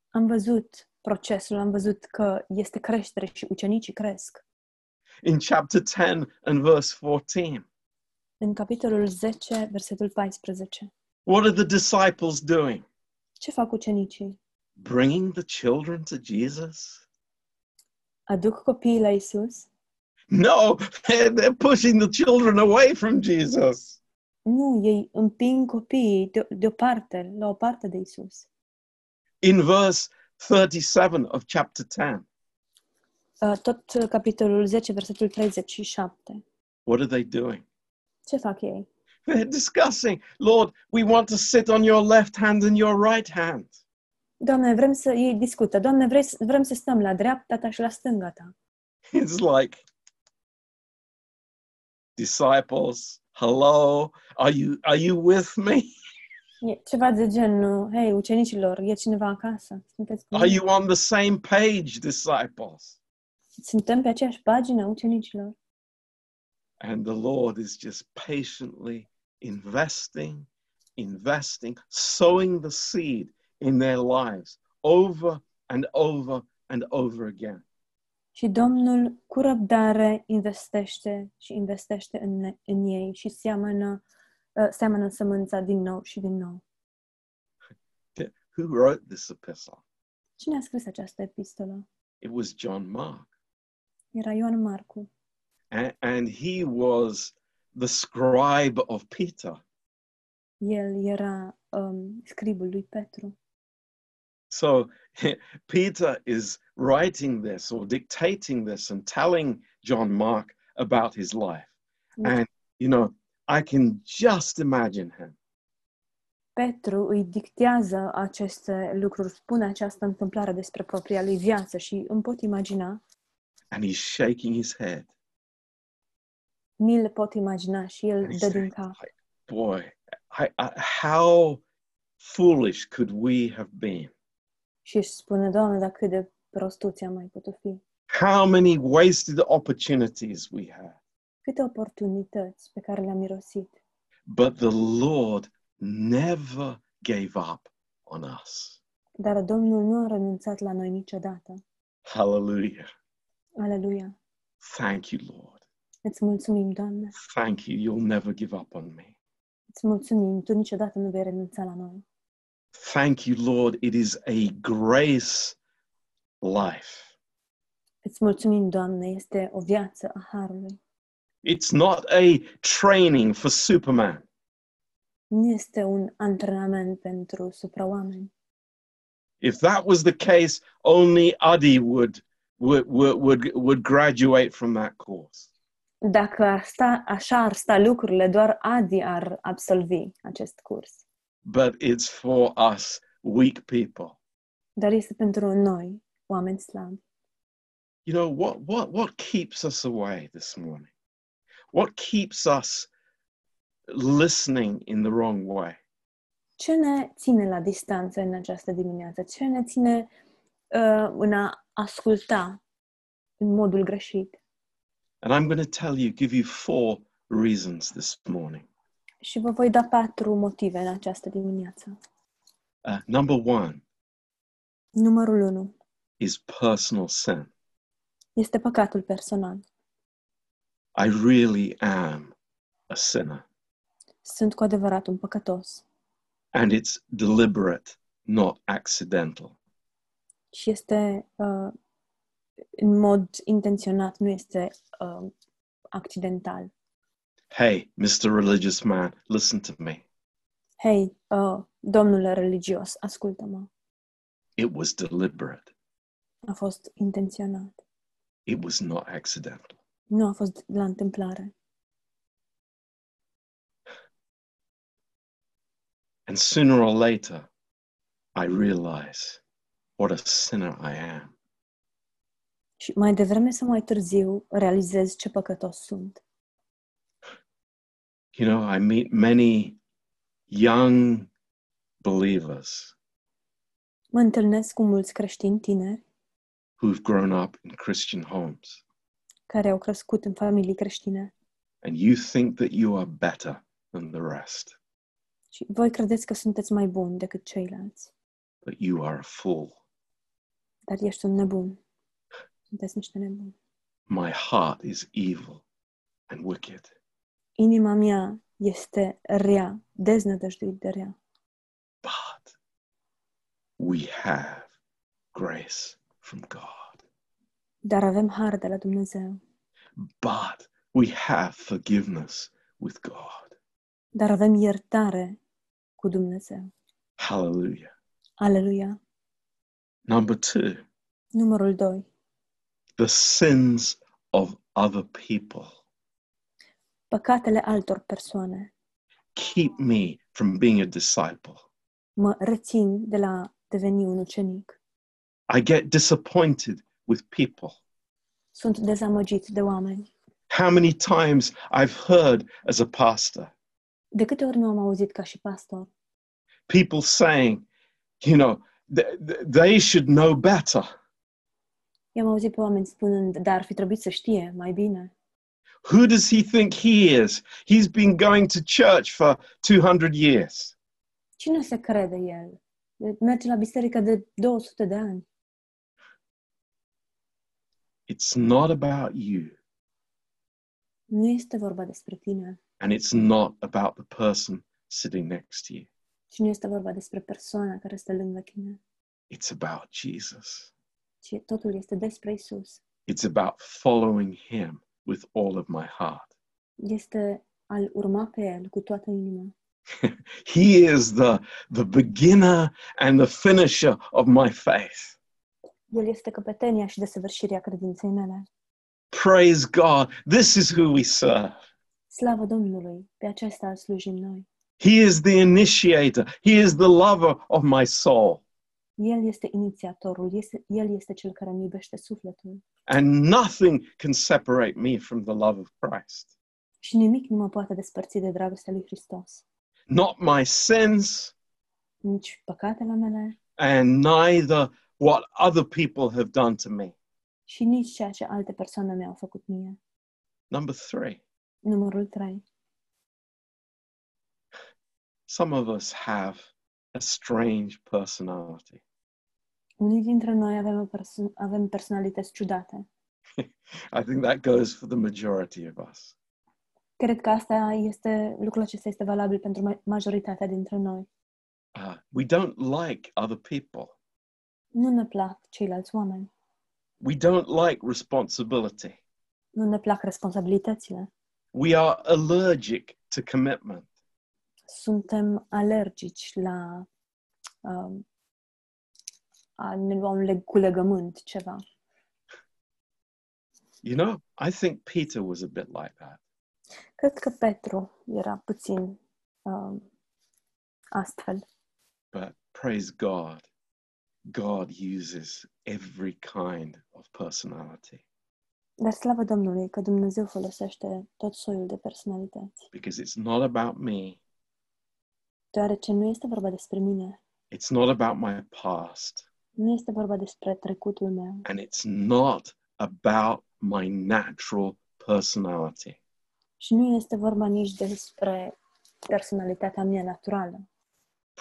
Speaker 1: Am văzut procesul, am văzut că este creștere și ucenicii cresc.
Speaker 2: In chapter 10 and verse 14,
Speaker 1: În capitolul 10, versetul 14.
Speaker 2: what are the disciples doing?
Speaker 1: Ce fac ucenicii?
Speaker 2: Bringing the children to Jesus?
Speaker 1: Aduc copiii la Isus?
Speaker 2: No, <laughs> they're, they're pushing the children away from Jesus.
Speaker 1: Nu, ei împing copiii de- deoparte, la o parte de Isus.
Speaker 2: In verse 37 of chapter 10,
Speaker 1: Uh, Tot uh, capitolul 10, versetul 37.
Speaker 2: what are they doing?
Speaker 1: Ce fac ei?
Speaker 2: They're discussing, Lord, we want to sit on your left hand and your right hand. <laughs>
Speaker 1: Doamne, vrem să... Ei discută. Doamne, vrei, să- vrem să stăm la dreapta ta și la stânga ta.
Speaker 2: It's like, disciples, hello, are you are you with me?
Speaker 1: E ceva de genul, hei, ucenicilor, e cineva acasă? Sunteți cu
Speaker 2: Are
Speaker 1: mine?
Speaker 2: you on the same page, disciples?
Speaker 1: Suntem pe aceeași pagină, ucenicilor?
Speaker 2: And the Lord is just patiently investing, investing, sowing the seed in their lives over and over and over again.
Speaker 1: Și Domnul cu răbdare investește și investește în, în ei și seamănă, uh, seamănă sămânța din nou și din nou.
Speaker 2: Who wrote this epistle?
Speaker 1: Cine a scris această epistolă?
Speaker 2: It was John Mark.
Speaker 1: Era Ioan Marcu.
Speaker 2: A- And he was the scribe of Peter.
Speaker 1: El era um, scribul lui Petru.
Speaker 2: So <laughs> Peter is writing this or dictating this and telling John Mark about his life.
Speaker 1: Deci
Speaker 2: And, you know, I can just imagine him.
Speaker 1: Petru îi dictează aceste lucruri, spune această întâmplare despre propria lui viață și îmi pot imagina,
Speaker 2: and he's shaking his head.
Speaker 1: mi le pot imagina și el
Speaker 2: And he's
Speaker 1: dă din
Speaker 2: saying,
Speaker 1: cap.
Speaker 2: like, Boy, I, I, how foolish could we have been?
Speaker 1: Și își spune, Doamne, dar cât de prostuți am mai putut fi?
Speaker 2: How many wasted opportunities we had.
Speaker 1: Câte oportunități pe care le-am mirosit.
Speaker 2: But the Lord never gave up on us.
Speaker 1: Dar Domnul nu a renunțat la noi niciodată.
Speaker 2: Hallelujah.
Speaker 1: Aleluia!
Speaker 2: Thank you, Lord.
Speaker 1: Îți mulțumim, Doamne!
Speaker 2: Thank you. You'll never give up on me.
Speaker 1: Îți mulțumim! Tu niciodată nu vei renunța la noi.
Speaker 2: Thank you, Lord. It is a grace life.
Speaker 1: Îți mulțumim, Doamne! Este o viață a Harului.
Speaker 2: It's not a training for Superman.
Speaker 1: Nu este un antrenament pentru supraoameni.
Speaker 2: If that was the case, only Adi would would, would, would, would graduate from that course.
Speaker 1: Dacă ar sta, așa ar sta lucrurile, doar Adi ar absolvi acest curs.
Speaker 2: But it's for us weak people.
Speaker 1: Dar este pentru noi, oameni slabi.
Speaker 2: You know, what, what, what keeps us away this morning? What keeps us listening in the wrong way?
Speaker 1: Ce ne ține la distanță în această dimineață? Ce ne ține uh, în a asculta în modul greșit?
Speaker 2: And I'm going to tell you, give you four reasons this morning.
Speaker 1: Și vă voi da patru motive în această dimineață.
Speaker 2: Uh, number one
Speaker 1: Numărul 1
Speaker 2: is personal sin.
Speaker 1: este păcatul personal.
Speaker 2: I really am a sinner,
Speaker 1: Sunt cu adevărat un păcătos
Speaker 2: and it's deliberate, not accidental.
Speaker 1: și este uh, în mod intenționat, nu este uh, accidental.
Speaker 2: Hey, Mr. Religious Man, listen to me.
Speaker 1: Hei, uh, domnule religios, ascultă-mă.
Speaker 2: It was deliberate,
Speaker 1: A fost intenționat.
Speaker 2: it was not accidental.
Speaker 1: Nu a fost la întâmplare.
Speaker 2: And sooner or later, I realize what a sinner I am.
Speaker 1: Și mai devreme sau mai târziu realizez ce păcătos sunt.
Speaker 2: You know, I meet many young believers
Speaker 1: Mă întâlnesc cu mulți creștini tineri
Speaker 2: who've grown up in Christian homes,
Speaker 1: care au crescut în familii creștine
Speaker 2: and you think that you are better than the rest,
Speaker 1: și voi credeți că sunteți mai buni decât ceilalți,
Speaker 2: but you are a fool.
Speaker 1: dar ești un nebun. Sunteți niște nebuni.
Speaker 2: My heart is evil and wicked.
Speaker 1: Inima mea este rea, deznădăjduit de rea,
Speaker 2: But we have grace from God.
Speaker 1: dar avem har de la Dumnezeu,
Speaker 2: But we have forgiveness with God.
Speaker 1: dar avem iertare cu Dumnezeu.
Speaker 2: Hallelujah.
Speaker 1: Aleluia!
Speaker 2: Number two,
Speaker 1: Numărul 2.
Speaker 2: the sins of other people
Speaker 1: Păcatele altor persoane
Speaker 2: keep me from being a disciple.
Speaker 1: mă rețin de la deveni un ucenic.
Speaker 2: I get disappointed with people.
Speaker 1: Sunt dezamăgit de oameni.
Speaker 2: How many times I've heard as a pastor
Speaker 1: De câte ori nu am auzit ca și pastor
Speaker 2: people saying, you know, th- th- they should know better.
Speaker 1: I-am auzit pe oameni spunând, dar ar fi trebuit să știe mai bine.
Speaker 2: Who does he think he is? He's been going to church for 200 years.
Speaker 1: Cine se crede el? Merge la biserică de 200 de ani.
Speaker 2: It's not about you,
Speaker 1: Nu este vorba despre tine
Speaker 2: and it's not about the person sitting next to you.
Speaker 1: și nu este vorba despre persoana care stă lângă tine,
Speaker 2: It's about Jesus.
Speaker 1: ci totul este despre Isus.
Speaker 2: It's about following him with all of my heart.
Speaker 1: Este al urma pe El cu toată inima.
Speaker 2: He is the, the beginner and the finisher of my faith.
Speaker 1: El este căpetenia și desăvârșirea credinței mele.
Speaker 2: Praise God. This is who we serve.
Speaker 1: Slavă Domnului, pe acesta îl slujim noi.
Speaker 2: He is the initiator. He is the lover of my soul.
Speaker 1: El este inițiatorul, este, El este cel care îmi iubește sufletul.
Speaker 2: And nothing can separate me from the love of Christ.
Speaker 1: Și nimic nu mă poate despărți de dragostea lui Hristos.
Speaker 2: Not my sins,
Speaker 1: Nici păcatele mele
Speaker 2: and neither what other people have done to me.
Speaker 1: și nici ceea ce alte persoane mi-au făcut mie.
Speaker 2: Number three,
Speaker 1: Numărul 3.
Speaker 2: some of us have a strange personality.
Speaker 1: Unii dintre noi avem, o perso- avem personalități ciudate.
Speaker 2: I think that goes for the majority of us.
Speaker 1: Cred că asta este, lucrul acesta este valabil pentru ma- majoritatea dintre noi.
Speaker 2: Uh, we don't like other people.
Speaker 1: Nu ne plac ceilalți oameni.
Speaker 2: We don't like responsibility.
Speaker 1: Nu ne plac responsabilitățile.
Speaker 2: We are allergic to commitment.
Speaker 1: Suntem alergici la um, a ne lua un leg- cu legământ ceva.
Speaker 2: You know, I think Peter was a bit like that.
Speaker 1: Cred că Petru era puțin um, astfel,
Speaker 2: But praise God, God uses every kind of personality
Speaker 1: dar slavă Domnului că Dumnezeu folosește tot soiul de personalități,
Speaker 2: because it's not about me.
Speaker 1: deoarece nu este vorba despre mine,
Speaker 2: It's not about my past.
Speaker 1: nu este vorba despre trecutul meu
Speaker 2: And it's not about my natural personality.
Speaker 1: și nu este vorba nici despre personalitatea mea naturală.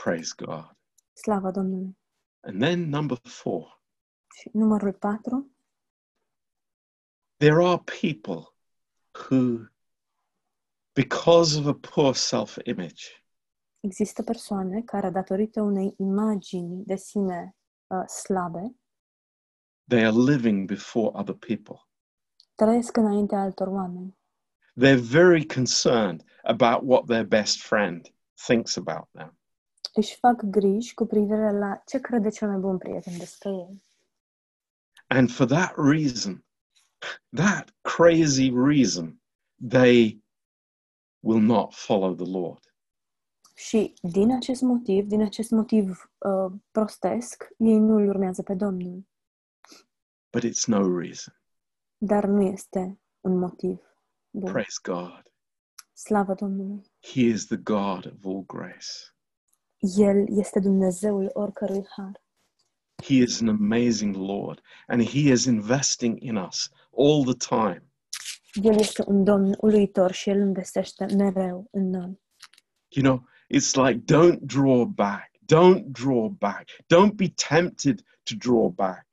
Speaker 2: Praise God.
Speaker 1: Slavă Domnului!
Speaker 2: And then number four,
Speaker 1: Și numărul 4,
Speaker 2: there are people who, because of a poor self image,
Speaker 1: există persoane care, datorită unei imagini de sine uh, slabe,
Speaker 2: they are living before other people.
Speaker 1: trăiesc înaintea altor oameni.
Speaker 2: They're very concerned about what their best friend thinks about them.
Speaker 1: Își fac griji cu privire la ce crede cel mai bun prieten despre ei.
Speaker 2: And for that reason, that crazy reason, they will not follow the Lord.
Speaker 1: Și din acest motiv, din acest motiv uh, prostesc, ei nu îl urmează pe Domnul.
Speaker 2: But it's no reason.
Speaker 1: Dar nu este un motiv bun.
Speaker 2: Praise God.
Speaker 1: Slavă Domnului!
Speaker 2: He is the God of all grace.
Speaker 1: El este Dumnezeul oricărui har.
Speaker 2: He is an amazing Lord, and He is investing in us all the time.
Speaker 1: El este un domn uluitor și El investește mereu în noi.
Speaker 2: You know, it's like, don't draw back. Don't draw back. Don't be tempted to draw back.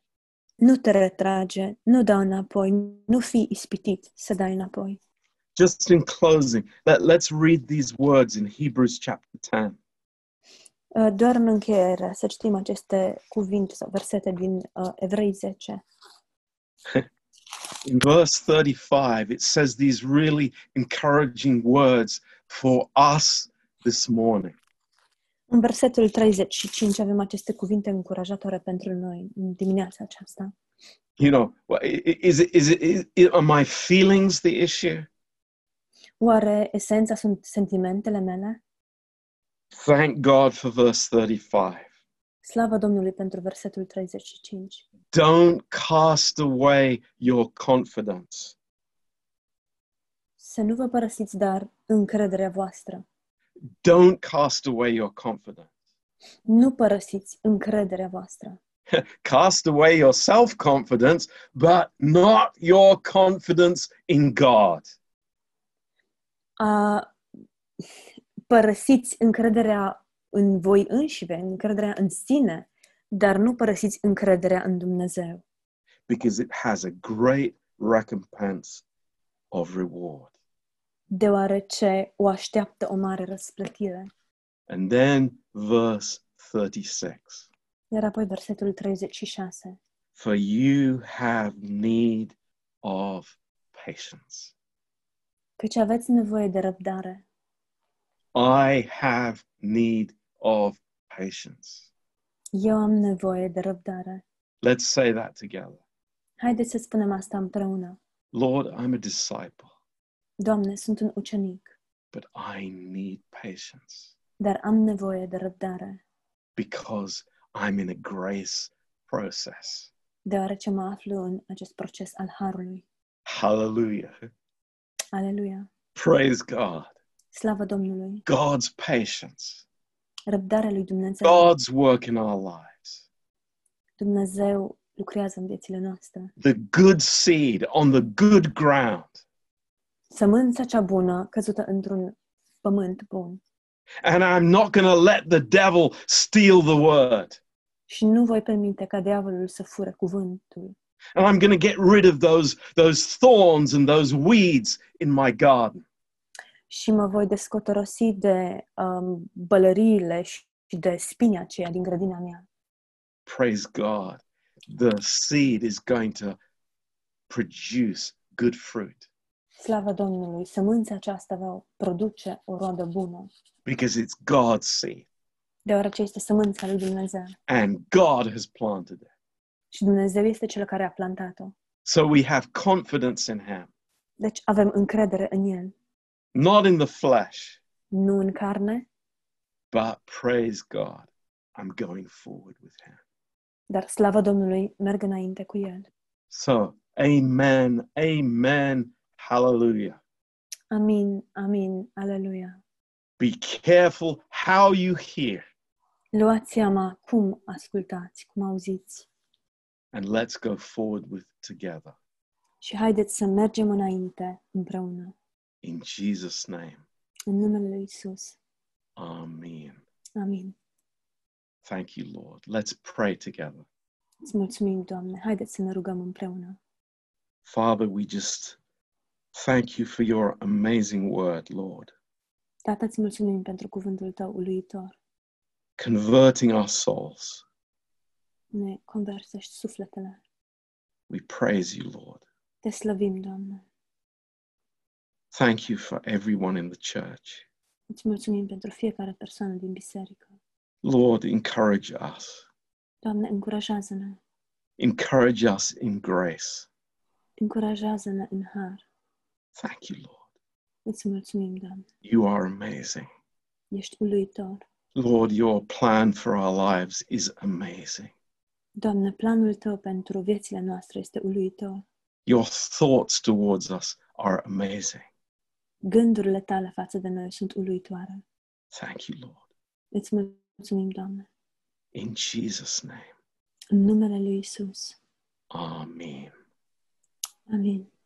Speaker 1: Nu te retrage, nu da înapoi, nu fi ispitit să dai înapoi.
Speaker 2: Just in closing, let, let's read these words in Hebrews chapter 10.
Speaker 1: Uh, Doar în încheiere să citim aceste cuvinte sau versete din uh, Evrei 10.
Speaker 2: In verse 35, it says these really encouraging words for us this morning.
Speaker 1: În versetul 35 avem aceste cuvinte încurajatoare pentru noi în dimineața aceasta.
Speaker 2: You know, wha- i- i- is it, is it, is it, are my feelings the issue?
Speaker 1: Oare esența sunt sentimentele mele?
Speaker 2: Thank God for verse 35.
Speaker 1: Slavă Domnului pentru versetul 35.
Speaker 2: Don't cast away your confidence.
Speaker 1: Să nu vă părăsiți, dar încrederea voastră.
Speaker 2: Don't cast away your confidence.
Speaker 1: Nu părăsiți încrederea voastră.
Speaker 2: Cast away your self confidence, but not your confidence in God.
Speaker 1: A părăsiți încrederea în voi înșive, încrederea în sine, dar nu părăsiți încrederea în Dumnezeu,
Speaker 2: because it has a great recompense of reward.
Speaker 1: deoarece o așteaptă o mare răsplătire.
Speaker 2: And then verse 36
Speaker 1: Iar apoi versetul 36.
Speaker 2: For you have need of patience.
Speaker 1: Căci aveți nevoie de răbdare.
Speaker 2: I have need of patience.
Speaker 1: Eu am nevoie de răbdare.
Speaker 2: Let's say that together.
Speaker 1: Haideți să spunem asta împreună.
Speaker 2: Lord, I'm a disciple,
Speaker 1: Doamne, sunt un ucenic,
Speaker 2: but I need patience
Speaker 1: dar am nevoie de răbdare,
Speaker 2: because I'm in a grace process.
Speaker 1: deoarece mă aflu în acest proces al harului.
Speaker 2: Hallelujah.
Speaker 1: Aleluia!
Speaker 2: Praise God.
Speaker 1: Slavă Domnului!
Speaker 2: God's patience.
Speaker 1: Răbdarea lui Dumnezeu.
Speaker 2: God's work in our lives.
Speaker 1: Dumnezeu lucrează în viețile noastre.
Speaker 2: The good seed on the good ground.
Speaker 1: Sămânța cea bună căzută într-un pământ bun.
Speaker 2: And I'm not going to let the devil steal the word.
Speaker 1: Și nu voi permite ca diavolul să fure cuvântul.
Speaker 2: And I'm going to get rid of those, those thorns and those weeds in my garden.
Speaker 1: Și mă voi descotorosi de um, bălăriile și și de spini aceia din grădina mea.
Speaker 2: Praise God. The seed is going to produce good fruit
Speaker 1: Slavă Domnului! Sămânța aceasta va produce o roadă bună,
Speaker 2: because it's God's seed
Speaker 1: deoarece este sămânța lui Dumnezeu.
Speaker 2: and God has planted it.
Speaker 1: Și Dumnezeu este cel care a plantat-o.
Speaker 2: So we have confidence in Him,
Speaker 1: Deci avem încredere în El,
Speaker 2: not in the flesh,
Speaker 1: nu în carne,
Speaker 2: but praise God, I'm going forward with Him.
Speaker 1: dar slavă Domnului, merg înainte cu El.
Speaker 2: So, amen, amen, hallelujah.
Speaker 1: Amin, amin, aleluia.
Speaker 2: Be careful how you hear
Speaker 1: Luați seama cum ascultați, cum auziți
Speaker 2: and let's go forward with together
Speaker 1: și haideți să mergem înainte împreună.
Speaker 2: in Jesus name.
Speaker 1: În numele Lui Isus.
Speaker 2: Amen.
Speaker 1: Amin.
Speaker 2: Thank you, Lord. Let's pray together.
Speaker 1: Îți mulțumim, Doamne. Haideți să ne rugăm împreună.
Speaker 2: Father, we just thank you for your amazing word, Lord,
Speaker 1: Tată, îți mulțumim pentru cuvântul Tău uluitor.
Speaker 2: converting our souls.
Speaker 1: Ne conversești sufletele.
Speaker 2: We praise you, Lord.
Speaker 1: Te slăvim, Doamne.
Speaker 2: Thank you for everyone in the church.
Speaker 1: Îți mulțumim pentru fiecare persoană din biserică.
Speaker 2: Lord, encourage us.
Speaker 1: Doamne, încurajează-ne.
Speaker 2: Encourage us in grace.
Speaker 1: Încurajează-ne în har.
Speaker 2: Thank you, Lord.
Speaker 1: Îți mulțumim, Doamne.
Speaker 2: You are amazing.
Speaker 1: Ești uluitor.
Speaker 2: Lord, your plan for our lives is amazing.
Speaker 1: Doamne, planul Tău pentru viețile noastre este uluitor.
Speaker 2: Your thoughts towards us are amazing.
Speaker 1: Gândurile Tale față de noi sunt uluitoare.
Speaker 2: Thank you, Lord.
Speaker 1: Îți mulțumim, Doamne.
Speaker 2: In Jesus' name,
Speaker 1: În numele Lui Isus.
Speaker 2: Amen.
Speaker 1: Amin.